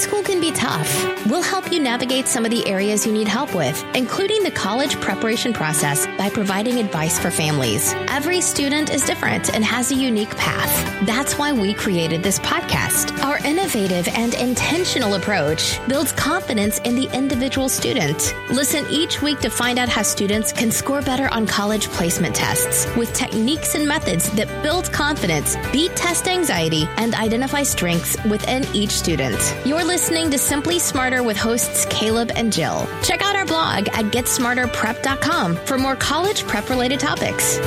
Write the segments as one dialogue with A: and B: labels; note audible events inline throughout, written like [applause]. A: school can be tough. We'll help you navigate some of the areas you need help with, including the college preparation process by providing advice for families. Every student is different and has a unique path. That's why we created this podcast. Our innovative and intentional approach builds confidence in the individual student. Listen each week to find out how students can score better on college placement tests with techniques and methods that build confidence, beat test anxiety, and identify strengths within each student. You're listening to Simply Smarter with hosts Caleb and Jill. Check out our blog at getsmarterprep.com for more college prep related topics.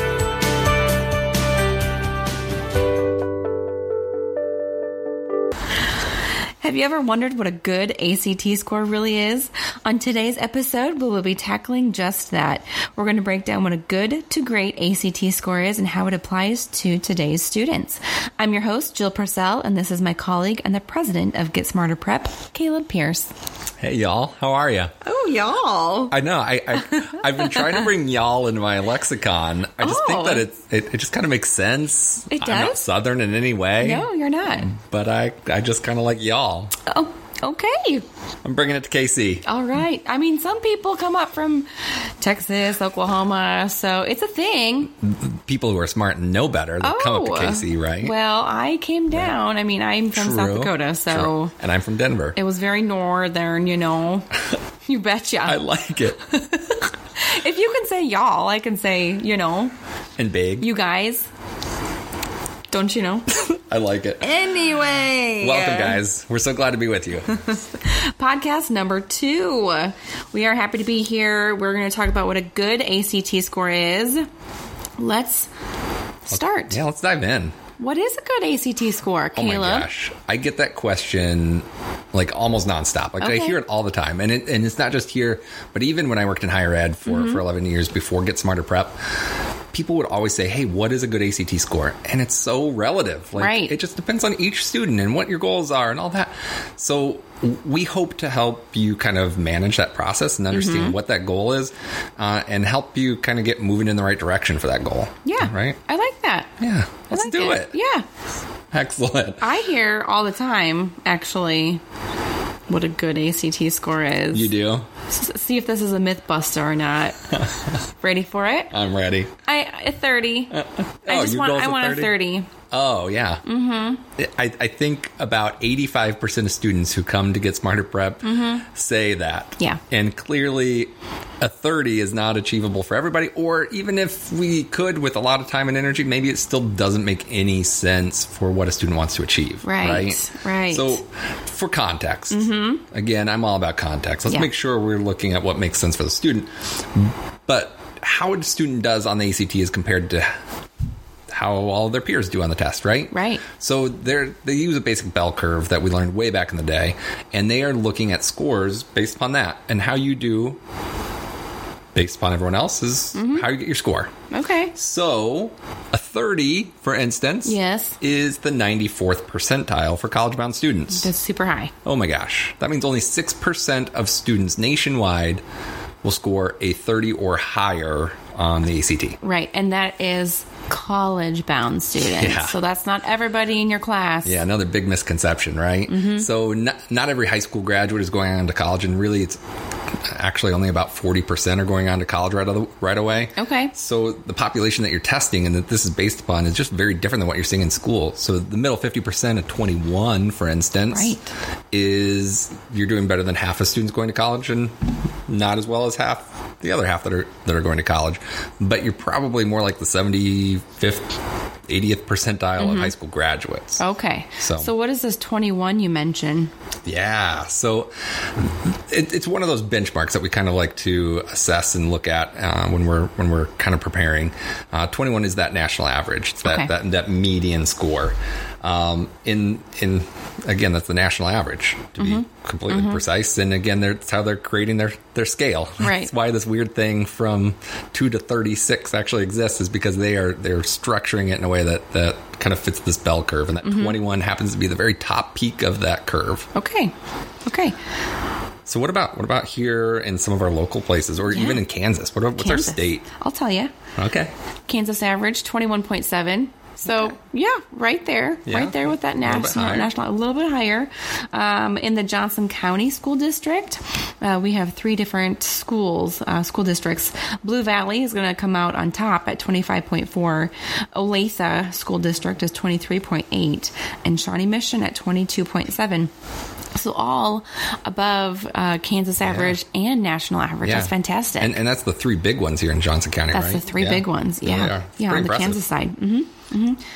B: Have you ever wondered what a good ACT score really is? On today's episode, we will be tackling just that. We're going to break down what a good to great ACT score is and how it applies to today's students. I'm your host, Jill Purcell, and this is my colleague and the president of Get Smarter Prep, Caleb Pierce.
C: Hey y'all, how are you?
B: Oh, y'all.
C: I know I, I I've been trying to bring y'all into my lexicon. I just
B: Oh.
C: think that it, it it just kind of makes sense.
B: It
C: I'm not
B: does?
C: Southern in any way.
B: No, you're not.
C: But I I just kind of like y'all.
B: Oh, okay.
C: I'm bringing it to KC.
B: All right. I mean, some people come up from Texas, Oklahoma, so it's a thing.
C: People who are smart and know better that come up to KC, right?
B: Oh, Well, I came down. I mean, I'm from South
C: True.
B: Dakota, so
C: True. and I'm from Denver.
B: it was very northern, you
C: [laughs]
B: know. you betcha.
C: I like it
B: if you can say y'all, I can say, you know,
C: and big.
B: you guys. Don't you
C: [laughs]
B: know?
C: I
B: [laughs]
C: like it.
B: anyway.
C: Welcome, guys. We're so glad to be with you.
B: podcast number two. We are happy to be here. We're going to talk about what a good ACT score is. Let's start.
C: yeah, let's dive in.
B: What is a good ACT score,
C: Oh my
B: Caleb?
C: gosh. I get that question like almost nonstop. Like
B: Okay.
C: I hear it all the time. And it, and it's not just here, but even when I worked in higher ed for,
B: Mm-hmm.
C: for 11 years before Get Smarter Prep, people would always say, "Hey, what is a good ACT score?" And it's so relative. Like
B: Right.
C: it just depends on each student and what your goals are and all that. So w- we hope to help you kind of manage that process and understand
B: Mm-hmm.
C: what that goal is uh, and help you kind of get moving in the right direction for that goal.
B: Yeah.
C: Right?
B: I like that.
C: Yeah.
B: I
C: Let's
B: like
C: do it.
B: Yeah.
C: Excellent.
B: I hear all the time, actually, what a good ACT score is.
C: You do?
B: S- see if this is a myth buster or
C: [laughs]
B: not. Ready for it?
C: I'm ready.
B: I a thirty. I
C: oh,
B: just
C: your
B: want.
C: goal's
B: I
C: a
B: want a
C: 30?
B: thirty.
C: Oh, yeah. Mm-hmm. I, I think about 85% of students who come to Get Smarter Prep say that.
B: Mm-hmm. Yeah.
C: And clearly, a 30 is not achievable for everybody. Or even if we could with a lot of time and energy, maybe it still doesn't make any sense for what a student wants to achieve.
B: Right,
C: Right.
B: right. Mm-hmm.
C: So, for context, again, I'm all about context. Let's
B: Yeah.
C: make sure we're looking at what makes sense for the student. But how a student does on the ACT is compared to how all their peers do on the test, right?
B: Right.
C: So they're they use a basic bell curve that we learned way back in the day, and they are looking at scores based upon that, and how you do based upon everyone else is how you get your score.
B: Okay.
C: So a thirty, for instance,
B: Yes.
C: is the ninety fourth percentile for college bound students.
B: That's super high.
C: Oh my gosh. That means only 6% of students nationwide will score a 30 or higher on the ACT.
B: Right, and that is college bound students.
C: Yeah.
B: So that's not everybody in your class.
C: Yeah, another big misconception, right? So, not, not every high school graduate is going on to college, and really, it's actually only about 40% are going on to college right, o- right away.
B: Okay.
C: So, the population that you're testing and that this is based upon is just very different than what you're seeing in school. So, the middle 50% of 21, for instance,
B: Right.
C: is you're doing better than half of students going to college and not as well as half the other half that are that are going to college but you're probably more like the 75th 80th percentile of
B: Mm-hmm.
C: high school graduates
B: Okay.
C: So-
B: so what is this twenty one you mentioned?
C: yeah. So it, it's one of those benchmarks that we kind of like to assess and look at uh, when we're when we're kind of preparing. Uh, Twenty one is that national average. It's that
B: Okay.
C: that, that median score. Um, in in again, that's the national average to be
B: Mm-hmm.
C: completely precise. And again, they're- that's how they're creating their their scale. [laughs]
B: Right.
C: That's why this weird thing from two to thirty six actually exists is because they are they're structuring it in a way that that kind of fits this bell curve, and that
B: Mm-hmm.
C: one happens to be the very top peak of that curve.
B: Okay. Okay.
C: So what about what about here in some of our local places, or even in Kansas? What about, what's
B: Kansas.
C: our state?
B: I'll tell you.
C: Okay,
B: Kansas average 21.7. So yeah, right there,
C: Yeah.
B: right there with that
C: little bit
B: national
C: higher.
B: national a little bit higher. Um, in the Johnson County School District, uh, we have three different schools, uh, school districts. Blue Valley is going to come out on top at twenty five point four. Olathe School District is twenty three point eight, and Shawnee Mission at twenty two point seven. So all above uh, Kansas average and national average. That's fantastic.
C: And, and that's the three big ones here in Johnson County,
B: that's
C: right?
B: the three
C: Yeah.
B: big ones.
C: There
B: Yeah.
C: they are.
B: Yeah,
C: It's
B: on the
C: pretty impressive.
B: Kansas side. hmm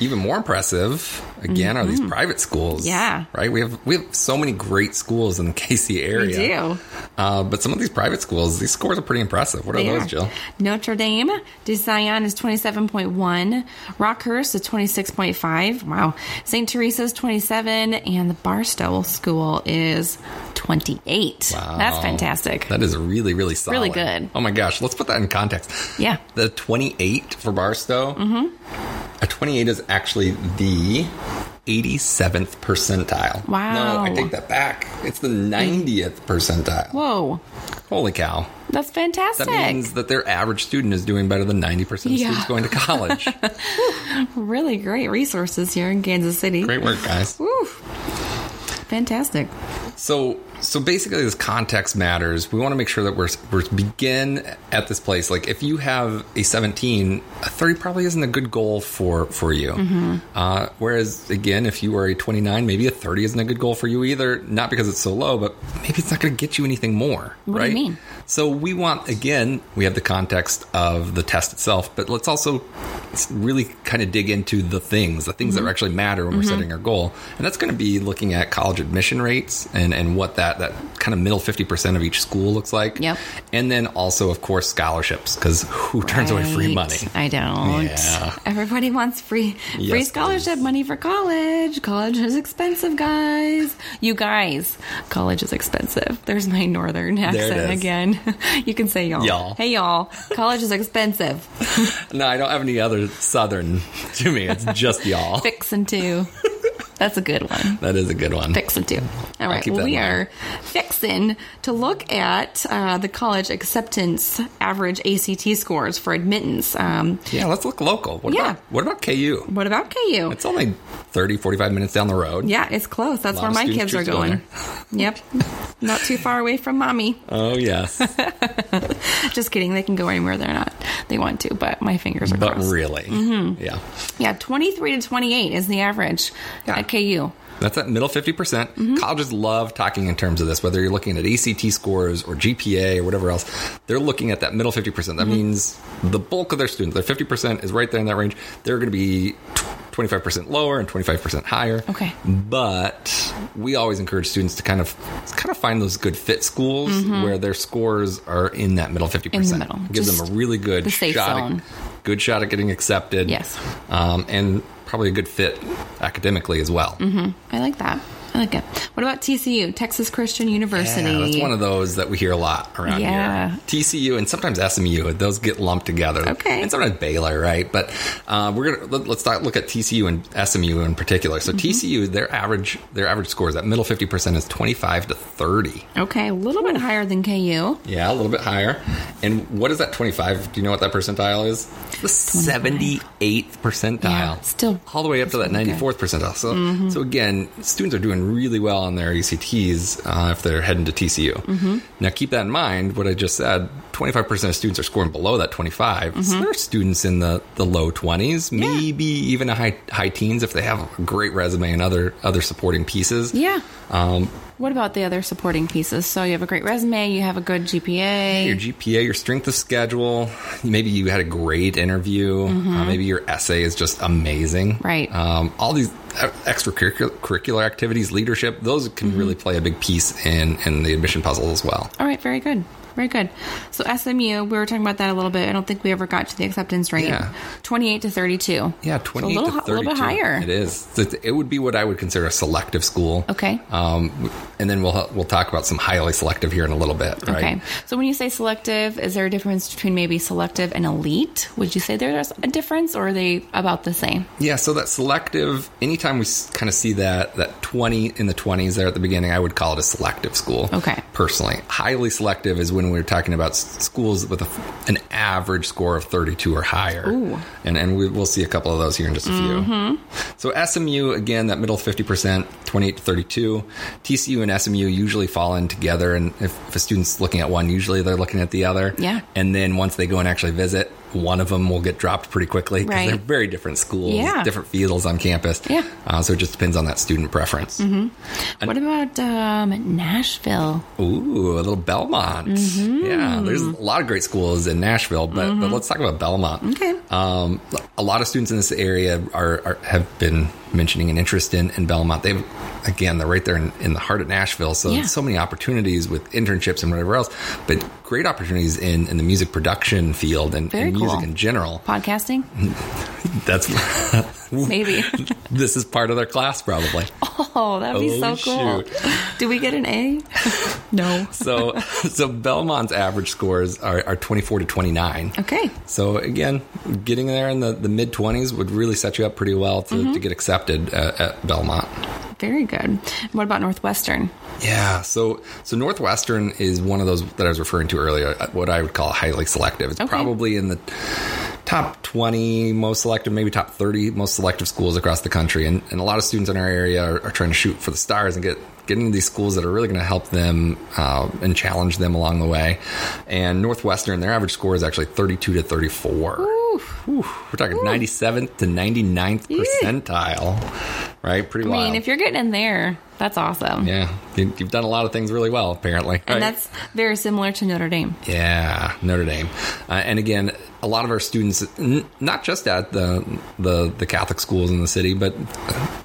C: Even more impressive, again, are these private schools.
B: Mm-hmm. Yeah.
C: Right? We have we have so many great schools in the [laughs] KC area.
B: We do.
C: Uh, but some of these private schools, these scores are pretty impressive. What are
B: They
C: those,
B: are.
C: Jill?
B: Notre Dame de Zion is 27.1. Rockhurst is 26.5. Wow. St. Teresa's 27. And the Barstow School is 28. That's
C: Wow.
B: fantastic.
C: That is really, really solid.
B: Really good.
C: Oh my gosh, let's put that in context.
B: Yeah.
C: The 28 for Barstow. Mm-hmm. A 28 is actually the 87th percentile.
B: Wow.
C: No, I take that back. It's the 90th percentile.
B: Whoa.
C: Holy cow.
B: That's fantastic.
C: That means that their average student is doing better than 90% of
B: Yeah.
C: students going to college.
B: [laughs] really great resources here in Kansas City.
C: Great work, guys.
B: Woo. Fantastic.
C: So, so basically, this context matters. We want to make sure that we're we're begin at this place. Like, if you have a seventeen, a thirty probably isn't a good goal for for you.
B: Mm-hmm.
C: Uh, whereas, again, if you are a twenty nine, maybe a thirty isn't a good goal for you either. Not because it's so low, but maybe it's not going to get you anything more.
B: What do
C: right?
B: you mean?
C: So we want again, we have the context of the test itself, but let's also really kind of dig into the things, the things
B: Mm-hmm.
C: that actually matter when we're setting our goal. And that's going to be looking at college admission rates and and what that that kind of middle 50% of each school looks like.
B: Yep.
C: And then also of course scholarships cuz who turns away free
B: Right.
C: money?
B: I don't.
C: Yeah.
B: Everybody wants free free
C: Yes,
B: scholarship
C: please.
B: money for college. College is expensive, guys. You guys, college is expensive. There's my northern
C: it
B: accent
C: is.
B: again. [laughs] you can say y'all.
C: Y'all.
B: Hey y'all. College is expensive.
C: No, I don't have any other southern [laughs] to me. It's just y'all.
B: Fix and two. That's a good one.
C: That is a good one.
B: fixing to. All right,
C: keep
B: well,
C: that in
B: we
C: mind.
B: are fixing to look at uh, the college acceptance average ACT scores for admittance. Um,
C: Yeah, let's look local. What
B: Yeah.
C: about what about KU?
B: what about KU?
C: It's only 30 45 minutes down the road.
B: yeah, it's close. That's
C: lot
B: where
C: of
B: my
C: students
B: kids are
C: choose to go
B: going. [laughs] yep, not too far away from mommy.
C: Oh yes.
B: Just kidding. They can go anywhere they're not. They want to, but my fingers are
C: but
B: crossed.
C: really, yeah,
B: yeah, twenty-three to twenty-eight is the average
C: Yeah.
B: at KU.
C: that's that middle fifty percent. Colleges love talking in terms of this, whether you're looking at ACT scores or GPA or whatever else. They're looking at that middle fifty percent. That means the bulk of their students, their fifty percent is right there in that range. They're going to be. 25% lower and 25% higher.
B: Okay.
C: But we always encourage students to kind of kind of find those good fit schools where their scores are in that middle 50%.
B: Mm-hmm. middle.
C: Gives
B: Just
C: them a really good
B: the safe
C: shot
B: zone.
C: At, good shot at getting accepted.
B: Yes.
C: um, and probably a good fit academically as well.
B: Mm-hmm. I like that. I like it. What about TCU, Texas Christian University?
C: Yeah, that's one of those that we hear a lot around
B: Yeah.
C: here. TCU and sometimes SMU, those get lumped together.
B: Okay.
C: and sometimes Baylor, right? But uh, we're gonna let, let's start, look at TCU and SMU in particular.
B: Mm-hmm.
C: So TCU, their average their average scores that middle fifty percent is twenty five to thirty.
B: Okay, a little bit higher than KU.
C: Yeah, a little bit higher. And what is that twenty five? Do you know what that percentile is? It's the seventy eighth percentile.
B: Yeah, still
C: all the way up to that
B: really good. Mm-hmm.
C: 94th percentile. So, so again, students are doing really well on their ECTs uh, if they're heading to TCU.
B: Mm-hmm.
C: Now, keep that in mind. What I just said: 25% of students are scoring below that 25.
B: Mm-hmm.
C: So there are students in the, the low 20s, maybe even a high high teens if they have a great resume and other other supporting pieces.
B: Yeah.
C: Um,
B: What about the other supporting pieces? So you have a great resume, you have a good
C: your
B: GPA.
C: GPA, your strength of schedule. Maybe you had a great interview. Uh, maybe your essay is just amazing.
B: Mm-hmm. Right.
C: Um, all these uh, extracurricular curricular activities, leadership, those can
B: Mm-hmm.
C: really play a big piece in in the admission puzzle as well.
B: All right, very good. Very good. So SMU, we were talking about that a little bit. I don't think we ever got to the acceptance rate.
C: Yeah.
B: 28 to 32.
C: Yeah,
B: So a
C: twenty
B: little,
C: to
B: hi-
C: thirty-two.
B: A little bit higher.
C: It is. It it would be what I would consider a selective school.
B: Okay.
C: Um, and then we'll we'll talk about some highly selective here in a little bit. Right?
B: Okay. So when you say selective, is there a difference between maybe selective and elite? Would you say there's a difference or are they about the same?
C: Yeah, so that selective, anytime we kind of see that that 20 in the 20s there at the beginning, I would call it a selective school.
B: Okay.
C: Personally, highly selective is when when we were talking about s- schools with a, an average score of 32 or higher.
B: Ooh. Mm-hmm.
C: And, and we, we'll see a couple of those here in just a few. So SMU, again, that middle 50%, 28 to 32. TCU and SMU usually fall in together. And if, if a student's looking at one, usually they're looking at the other.
B: Yeah.
C: And then once they go and actually visit, one of them will get dropped pretty quickly because
B: Right.
C: they're very different schools,
B: Yeah.
C: different fields on campus.
B: Yeah. Mm-hmm.
C: Uh, so it just depends on that student preference.
B: What about um, Nashville?
C: Ooh, a little Belmont.
B: Mm-hmm.
C: Yeah, there's a lot of great schools in Nashville, but, but let's talk about Belmont.
B: Okay.
C: Um, a lot of students in this area are, are have been mentioning an interest in, in Belmont. They've again, they're right there in, in the heart of Nashville, so
B: Yeah.
C: so many opportunities with internships and whatever else, but great opportunities in, in the music production field and,
B: Very
C: and music
B: cool.
C: in general. [laughs]
B: Podcasting? [laughs]
C: That's
B: Maybe.
C: [laughs]
B: [laughs]
C: this is part of their class probably.
B: Oh, that'd be
C: Oh,
B: so cool. Do we get an
C: [laughs]
B: A? no.
C: So [laughs] so Belmont's average scores are, are twenty four to twenty nine.
B: Okay.
C: So again, getting there in the, the mid twenties would really set you up pretty well to, to get accepted at, at Belmont.
B: Very good. What about Northwestern?
C: Yeah. So so Northwestern is one of those that I was referring to earlier. uh, What I would call highly selective. It's
B: Okay.
C: probably in the top twenty most selective, maybe top thirty most selective schools across the country. And, and a lot of students in our area are, are trying to shoot for the stars and get get into these schools that are really going to help them uh, and challenge them along the way. And Northwestern, their average score is actually thirty-two to thirty-four. Whew, we're talking 97th to 99th percentile, right? Pretty
B: I
C: wild.
B: mean, if you're getting in there, that's awesome.
C: yeah, you, you've done a lot of things really well, apparently.
B: And
C: right?
B: that's very similar to Notre Dame.
C: Yeah, Notre Dame, uh, and again, a lot of our students, n- not just at the, the the Catholic schools in the city, but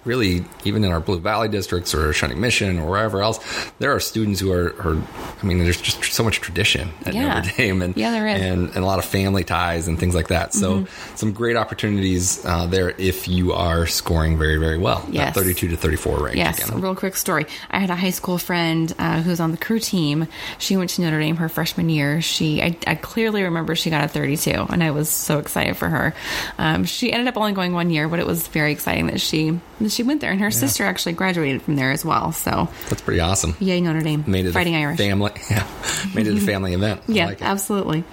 C: really even in our Blue Valley districts or Shawnee Mission or wherever else, there are students who are, are I mean, there's just so much tradition at
B: Yeah.
C: Notre Dame, and
B: Yeah, there is. Mm-hmm.
C: and, and a lot of family ties and things like that. So some great opportunities uh, there if you are scoring very very well. That
B: Yes.
C: 32 to 34 range.
B: Yes,
C: again.
B: real quick story. I had a high school friend uh, who was on the crew team. She went to Notre Dame her freshman year. She, I, I clearly remember she got a 32, and I was so excited for her. Um, she ended up only going one year, but it was very exciting that she that she went there, and her sister actually graduated from there as well. So,
C: that's pretty awesome.
B: yay Notre Dame,
C: Made it
B: Fighting
C: a
B: Irish.
C: family, [laughs] yeah. Made
B: [laughs]
C: it a family event. I
B: yeah,
C: like it.
B: absolutely.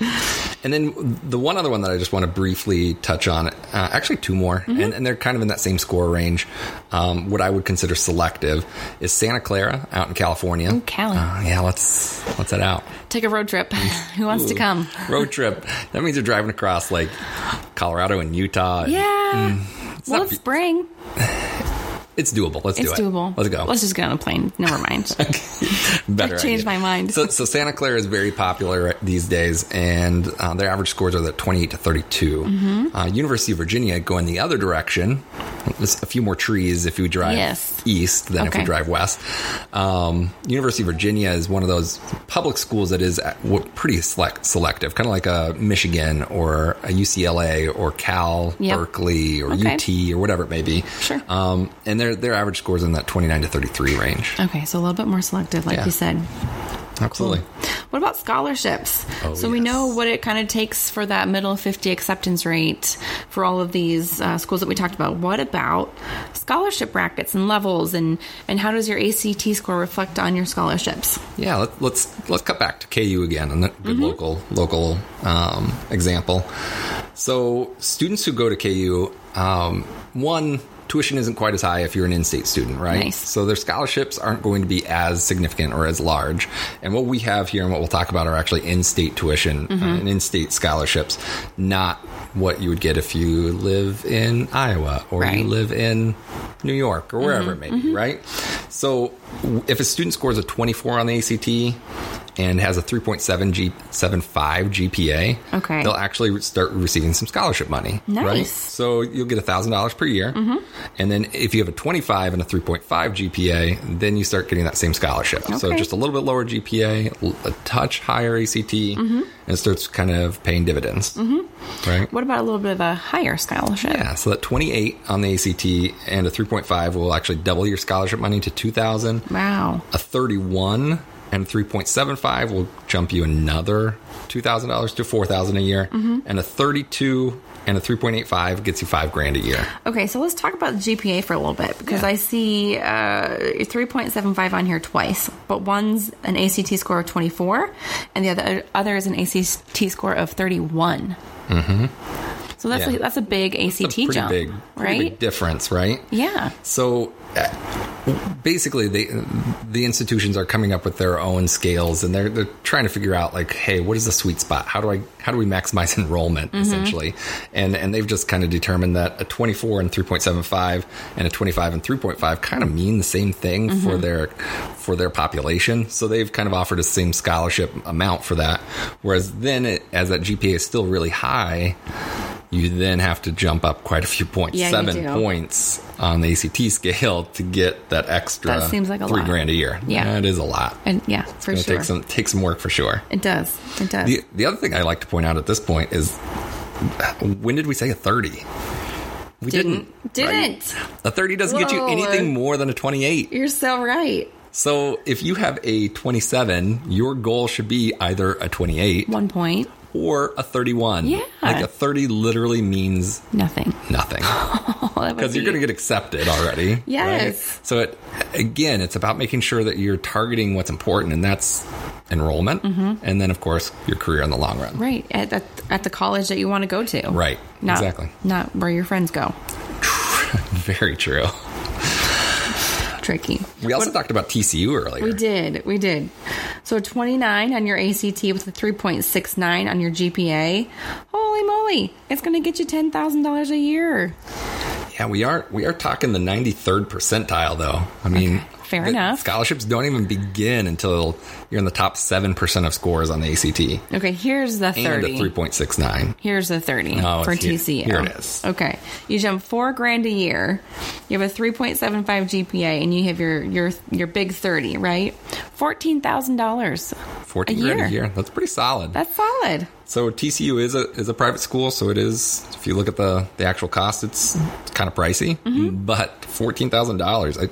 C: And then the one other one that I just want to briefly touch on, uh, actually two more,
B: Mm-hmm.
C: and, and they're kind of in that same score range. Um, what I would consider selective is Santa Clara out in California.
B: Cali.
C: Uh, yeah, let's let's head out.
B: Take a road trip. [laughs] who wants to come?
C: Road trip. That means you're driving across like Colorado and Utah. and
B: Yeah. well,
C: Mm. not
B: it's
C: be-
B: spring.
C: It's doable. Let's
B: It's
C: do it.
B: doable.
C: Let's go.
B: Let's just get on a plane. Never
C: [laughs]
B: mind.
C: Better
B: I changed my
C: idea.
B: mind.
C: So, so Santa Clara is very popular these days, and uh, their average scores are that 28 to 32.
B: Mm-hmm.
C: Uh, University of Virginia going the other direction. There's a few more trees if you drive
B: Yes.
C: east than if
B: Okay.
C: you drive west. Um, University of Virginia is one of those public schools that is uh, w- pretty select, selective, kind of like a Michigan or a UCLA or Cal,
B: Yep.
C: Berkeley or
B: Okay.
C: UT or whatever it may be.
B: Sure.
C: Um, and their their average scores in that 29 to 33 range.
B: okay, so a little bit more selective, like
C: Yeah.
B: you said.
C: Absolutely.
B: What about scholarships?
C: Oh,
B: so we know
C: yes.
B: what it kind of takes for that middle 50 acceptance rate for all of these uh, schools that we talked about. What about scholarship brackets and levels and and how does your ACT score reflect on your scholarships?
C: Yeah, let, let's let's cut back to KU again, and a good local local um, example. So students who go to KU, um, one tuition isn't quite as high if you're an in-state student, right?
B: Nice.
C: So their scholarships aren't going to be as significant or as large. And what we have here and what we'll talk about are actually in-state tuition uh, and in-state scholarships, not what you would get if you live in Iowa or you
B: Right. Mm-hmm.
C: live live in New York or wherever it may be, right? So w- if a student scores a 24 on the ACT and has a 3.7 G, 75 GPA,
B: Okay.
C: they'll actually re- start receiving some scholarship money, right?
B: Nice. Mm-hmm.
C: So you'll get $1,000 per year. And then if you have a 25 and a 3.5 GPA, then you start getting that same scholarship. So
B: Okay.
C: just a little bit lower GPA, l- a touch higher ACT,
B: Mm-hmm.
C: and it starts kind of paying dividends, right?
B: What about a little bit of a higher scholarship?
C: Yeah, so that 28 on the ACT and a 3.5 will actually double your scholarship money to 2000.
B: Wow.
C: A 31 and
B: Mm-hmm.
C: 3.75 will jump you another $2000 to 4000 a year and a 32 and a 3.85 gets you five grand a year.
B: Okay, so let's talk about GPA for a little bit because
C: Yeah.
B: I see uh, 3.75 on here twice, but one's an ACT score of 24, and the other other is an ACT score of 31. Mm-hmm. So that's
C: Yeah.
B: a, that's a big ACT
C: That's a pretty
B: E jump,
C: big, pretty
B: right?
C: big difference, right?
B: yeah.
C: So uh, basically, they, the institutions are coming up with their own scales, and they're they're trying to figure out like, hey, what is the sweet spot? How do I how do we maximize [laughs] enrollment
B: Mm-hmm.
C: essentially? And and they've just kind of determined that a 24 and 3.75 and a 25 and 3.5 kind of mean the same thing
B: Mm-hmm.
C: for their for their population. So they've kind of offered a same scholarship amount for that. Whereas then, it, as that GPA is still really high, you then have to jump up quite a few points,
B: Yeah, you
C: seven
B: do.
C: points on the ACT scale [laughs] to get that extra.
B: That seems like a
C: three
B: lot.
C: grand a year.
B: Yeah.
C: that is a lot.
B: And yeah, for
C: It'll
B: sure.
C: take some take some work for sure.
B: it does. It does.
C: The the other thing I like to point out at this point is when did we say a thirty? We
B: Didn't.
C: right?
B: Didn't.
C: A thirty doesn't get you
B: Whoa.
C: anything more than a twenty-eight.
B: You're so right.
C: So if you have a twenty-seven, your goal should be either a twenty-eight
B: One point,
C: or a thirty-one.
B: Yeah.
C: like a thirty literally means
B: nothing. [laughs] Oh,
C: nothing. because you're going to get accepted already.
B: Yes.
C: So it again, it's about making sure that you're targeting what's important, and that's enrollment, and then of course your career in the long run.
B: Mm-hmm. right at, at, at the college that you want to go to.
C: Right.
B: Not,
C: Exactly.
B: Not where your friends go.
C: Very true.
B: Tricky.
C: We also talked about TCU earlier.
B: We did. We did. So 29 on your ACT with a 3.69 on your GPA. Holy moly. It's going to get you $10,000 a year.
C: Yeah, we are we are talking the 93rd percentile though. I mean,
B: Fair
C: the
B: enough.
C: Scholarships don't even begin until you're in the top seven percent of scores on the ACT
B: Okay, here's the
C: and a
B: 30.
C: 3.69.
B: Here's the 30
C: No,
B: for
C: Oh, it's here.
B: TCU.
C: Here it is.
B: Okay. You jump 4 grand a year. You have a 3.75 GPA and you have your your your big 30, right? $14,000.
C: 14
B: A
C: grand
B: year.
C: a year. That's pretty solid.
B: That's solid.
C: So TCU is a is a private school, so it is. If you look at the the actual cost, it's, it's kind of pricey.
B: Mm-hmm.
C: But fourteen thousand dollars, I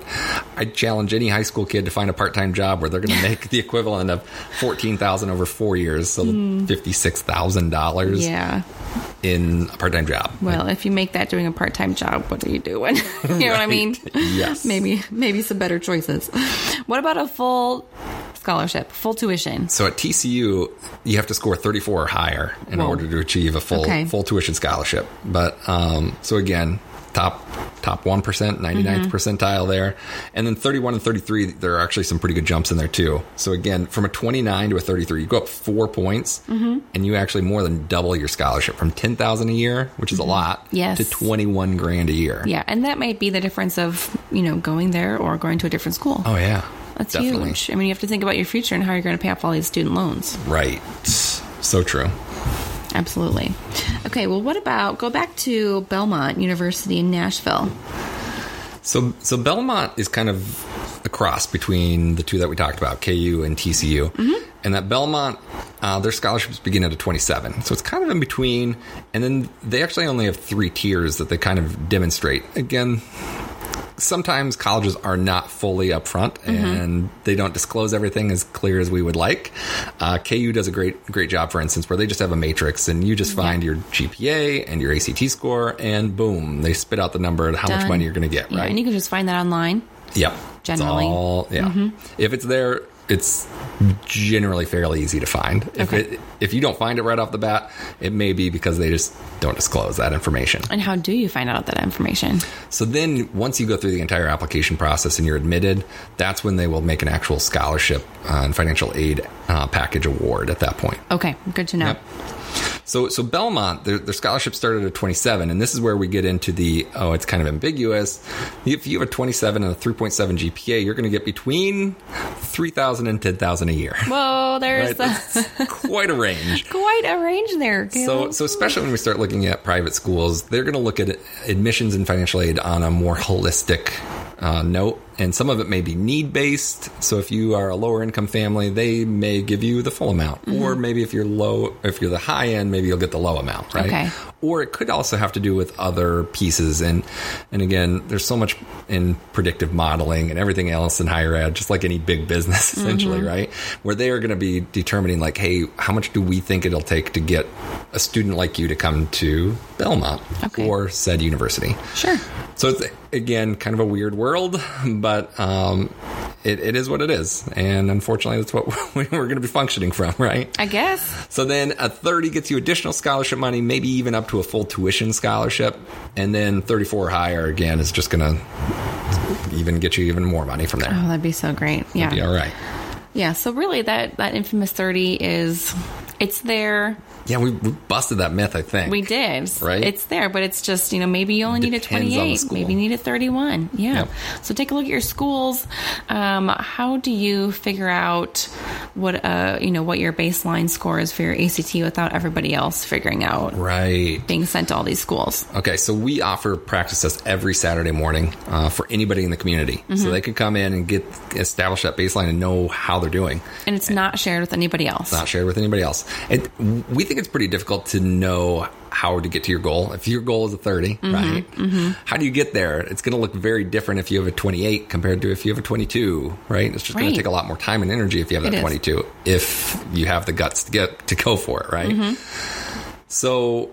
C: I challenge any high school kid to find a part time job where
B: [laughs]
C: they're going to make the equivalent of fourteen thousand over four years, so fifty six thousand dollars
B: Hmm. Yeah.
C: in a part time job.
B: Well, if you make that doing a part-time job, what are you doing? [laughs] you know what I
C: [laughs]
B: mean? [laughs]
C: Yes.
B: Maybe maybe some better choices. What about a full scholarship, full tuition?
C: So at TCU, you have to score 34 or higher in
B: Whoa.
C: order to achieve a full
B: Okay.
C: full tuition scholarship. But um, so again, top top 1%, 99th
B: Mm-hmm.
C: percentile there. And then 31 and 33, there are actually some pretty good jumps in there too. So again, from a 29 to a 33, you go up 4 points
B: Mm-hmm.
C: and you actually more than double your scholarship from 10,000 a year, which is a lot,
B: Mm-hmm. Yes.
C: to 21 grand a year.
B: Yeah, and that might be the difference of, you know, going there or going to a different school.
C: Oh yeah.
B: That's
C: Definitely.
B: huge. I mean, you have to think about your future and how you're going to pay off all these student loans.
C: Right. So true.
B: Absolutely. Okay, well, what about go back to Belmont University in Nashville?
C: So, so Belmont is kind of a cross between the two that we talked about, KU and TCU,
B: Mm-hmm.
C: and that Belmont, uh, their scholarships begin at a 27, so it's kind of in between. And then they actually only have three tiers that they kind of demonstrate. Again, sometimes colleges are not fully upfront
B: Mm-hmm.
C: and they don't disclose everything as clear as we would like. Uh, KU does a great great job, for instance, where they just have a matrix and you just find your GPA and your ACT score, and boom, they spit out the number and how much
B: Done.
C: money you're going to get.
B: Yeah,
C: right?
B: and you can just find that online.
C: Yep.
B: Generally. Mm-hmm.
C: It's all, yeah. If it's there, it's generally fairly easy to find. If
B: Okay.
C: it if you don't find it right off the bat, it may be because they just don't disclose that information.
B: And how do you find out that information?
C: So then once you go through the entire application process and you're admitted, that's when they will make an actual scholarship uh, and financial aid uh, package award at that point.
B: Okay, good to know.
C: Yep. So, so Belmont, their, their scholarship started at 27, and this is where we get into the oh, it's kind of ambiguous. If you have a 27 and a 3.7 GPA, you're going to get between 3,000 and 10,000 a year.
B: Whoa, there's
C: [laughs] Right?
B: the.
C: That's quite a range.
B: [laughs] quite a range there.
C: So,
B: Caleb.
C: so especially when we start looking at private schools, they're going to look at admissions and financial aid on a more holistic uh, note and some of it may be need based. So if you are a lower income family, they may give you the full amount, or maybe if you're low, if you're the high end, maybe you'll get the low amount, right?
B: Okay.
C: Or it could also have to do with other pieces, and and again, there's so much in predictive modeling and everything else in higher ed, just like any big business, [laughs] essentially, right? Where they are going to be determining like, hey, how much do we think it'll take to get a student like you to come to Belmont
B: Okay.
C: or said university?
B: Sure.
C: So it's again kind of a weird world, but um, it, it is what it is, and unfortunately, that's what [laughs] we're going to be functioning from, right?
B: I guess.
C: So then a 30 gets you additional scholarship money, maybe even up to a full tuition scholarship, and then 34 or higher again is just going to even get you even more money from there.
B: Oh, that'd be so great. Yeah.
C: Be all right.
B: Yeah. So really, that that infamous thirty is it's there.
C: Yeah, we, we busted that myth, I think.
B: We did.
C: Right.
B: It's there, but it's just, you know, maybe you only need a
C: Depends on the
B: 28,
C: school.
B: maybe you need a 31. Yeah.
C: Yep.
B: So take a look at your schools. Um, how do you figure out what, uh, you know, what your baseline score is for your ACT without everybody else figuring out
C: Right.
B: being sent to all these schools?
C: Okay, so we offer practice tests every Saturday morning uh, for anybody in the community,
B: Mm-hmm.
C: so they can come in and get establish that baseline and know how they're doing.
B: And it's not shared with anybody else.
C: Not shared with anybody else. It, we think it's pretty difficult to know how to get to your goal. If your goal is a 30,
B: Mm-hmm,
C: right? How do you get there? It's going to look very different if you have a 28 compared to if you have a 22, right? It's just going
B: Right.
C: to take a lot more time and energy if you have
B: It
C: that
B: is.
C: 22, if you have the guts to get to go for it, right?
B: Mm-hmm.
C: So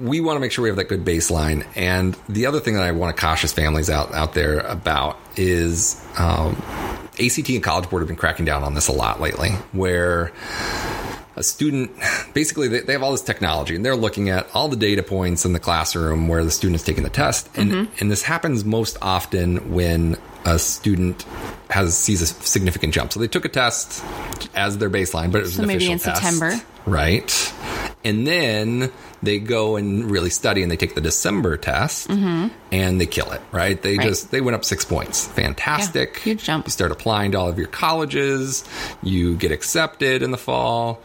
C: we want to make sure we have that good baseline. And the other thing that I want to cautious families out out there about is um, ACT and College Board have been cracking down on this a lot lately, where a student [laughs] basically they, they have all this technology and they're looking at all the data points in the classroom where the student's taking the test and
B: Mm-hmm.
C: and this happens most often when a student has sees a significant jump so they took a test as their baseline but it was
B: So
C: an
B: maybe
C: official
B: in
C: test.
B: September.
C: Right. And then they go and really study and they take the December test and they kill it, right? They
B: Mm-hmm. Right.
C: just, they went up six points. Fantastic.
B: Yeah, huge jump.
C: You start applying to all of your colleges. You get accepted in the fall.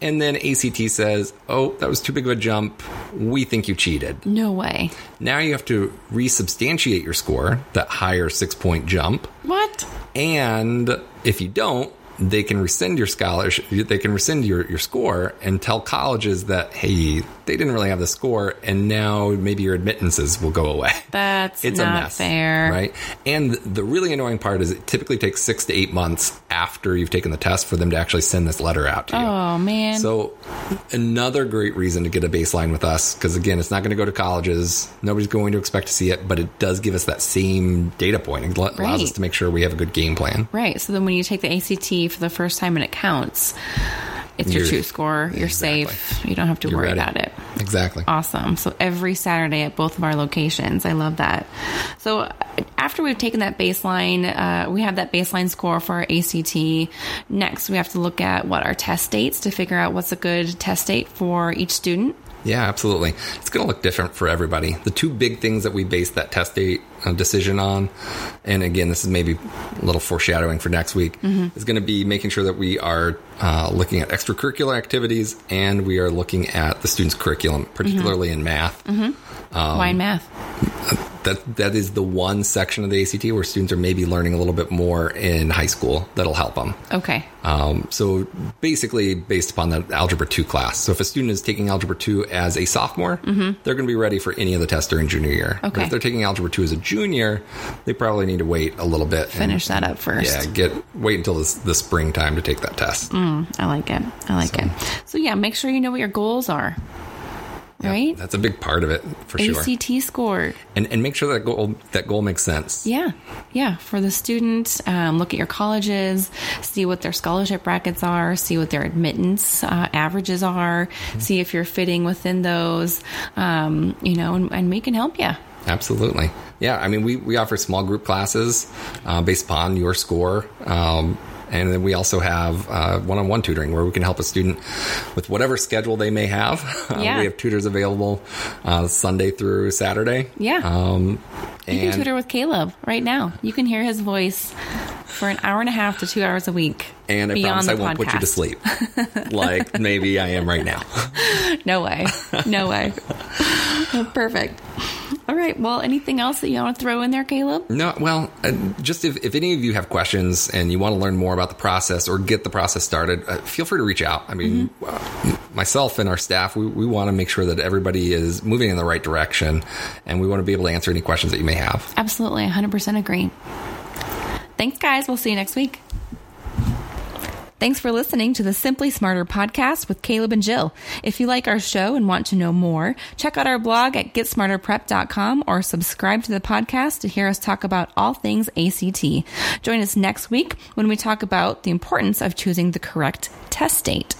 C: And then ACT says, oh, that was too big of a jump. We think you cheated.
B: No way.
C: Now you have to resubstantiate your score, that higher six point jump.
B: What?
C: And if you don't, they can rescind your scholarship. They can rescind your, your score and tell colleges that hey, they didn't really have the score, and now maybe your admittances will go away. [laughs]
B: That's
C: It's
B: not
C: a mess,
B: fair.
C: right? And the really annoying part is it typically takes six to eight months after you've taken the test for them to actually send this letter out to you.
B: Oh, man.
C: So, another great reason to get a baseline with us, because again, it's not going to go to colleges. Nobody's going to expect to see it, but it does give us that same data point. It allows
B: Right.
C: us to make sure we have a good game plan.
B: Right. So then when you take the ACT for the first time and it counts, it's your
C: You're-
B: true score. You're
C: Exactly.
B: safe. You don't have to
C: You're
B: worry
C: ready.
B: about it.
C: Exactly.
B: Awesome. So every Saturday at both of our locations. I love that. So uh, after we've taken that baseline, uh, we have that baseline score for our ACT. Next, we have to look at what our test dates to figure out what's a good test date for each student.
C: Yeah, absolutely. It's going to look different for everybody. The two big things that we base that test date uh, decision on, and again, this is maybe a little foreshadowing for next week, is going to be making sure that we are uh, looking at extracurricular activities and we are looking at the student's curriculum, particularly in math. Um,
B: Why in math?
C: That that is the one section of the ACT where students are maybe learning a little bit more in high school that'll help them.
B: Okay.
C: Um, so basically, based upon the Algebra 2 class. So if a student is taking Algebra 2 as a sophomore, they're going to be ready for any of the tests during junior year. But
B: Mm-hmm. Okay.
C: if they're taking Algebra 2 as a junior, they probably need to wait a little bit. and-
B: Finish that up first. Mm,
C: Yeah, get wait until this, the springtime to take that test.
B: I like it. I like it. So yeah, make sure you know what your goals are. Right?
C: That's a big part of it for sure.
B: ACT score.
C: And and make sure that goal that goal makes sense.
B: Yeah, yeah. For the student, um, look at your colleges, see what their scholarship brackets are, see what their admittance uh, averages are,
C: Mm-hmm.
B: see if you're fitting within those. Um, you know, and, and we can help you.
C: Absolutely. Yeah. I mean, we, we offer small group classes uh, based upon your score. Um, and then we also have one on one tutoring where we can help a student with whatever schedule they may have. [laughs] Uh,
B: Yeah.
C: we have tutors available uh, Sunday through Saturday.
B: Yeah.
C: Um, and
B: You can tutor with Caleb right now. You can hear his voice for an hour and a half to two hours a week.
C: and I
B: beyond
C: promise
B: the
C: I won't put you to
B: podcast. [laughs]
C: sleep like maybe I am right now. [laughs]
B: No way. No way. Perfect. All right. Well, anything else that you want to throw in there, Caleb?
C: No, well, uh, just if, if any of you have questions and you want to learn more about the process or get the process started, uh, feel free to reach out. I mean, uh, myself and our staff, we, we want to make sure that everybody is moving in the right direction and we want to be able to answer any questions that you may have.
B: Absolutely. 100% agree. Thanks, guys. We'll see you next week. Thanks for listening to the Simply Smarter podcast with Caleb and Jill. If you like our show and want to know more, check out our blog at getsmarterprep.com or subscribe to the podcast to hear us talk about all things ACT. Join us next week when we talk about the importance of choosing the correct test date.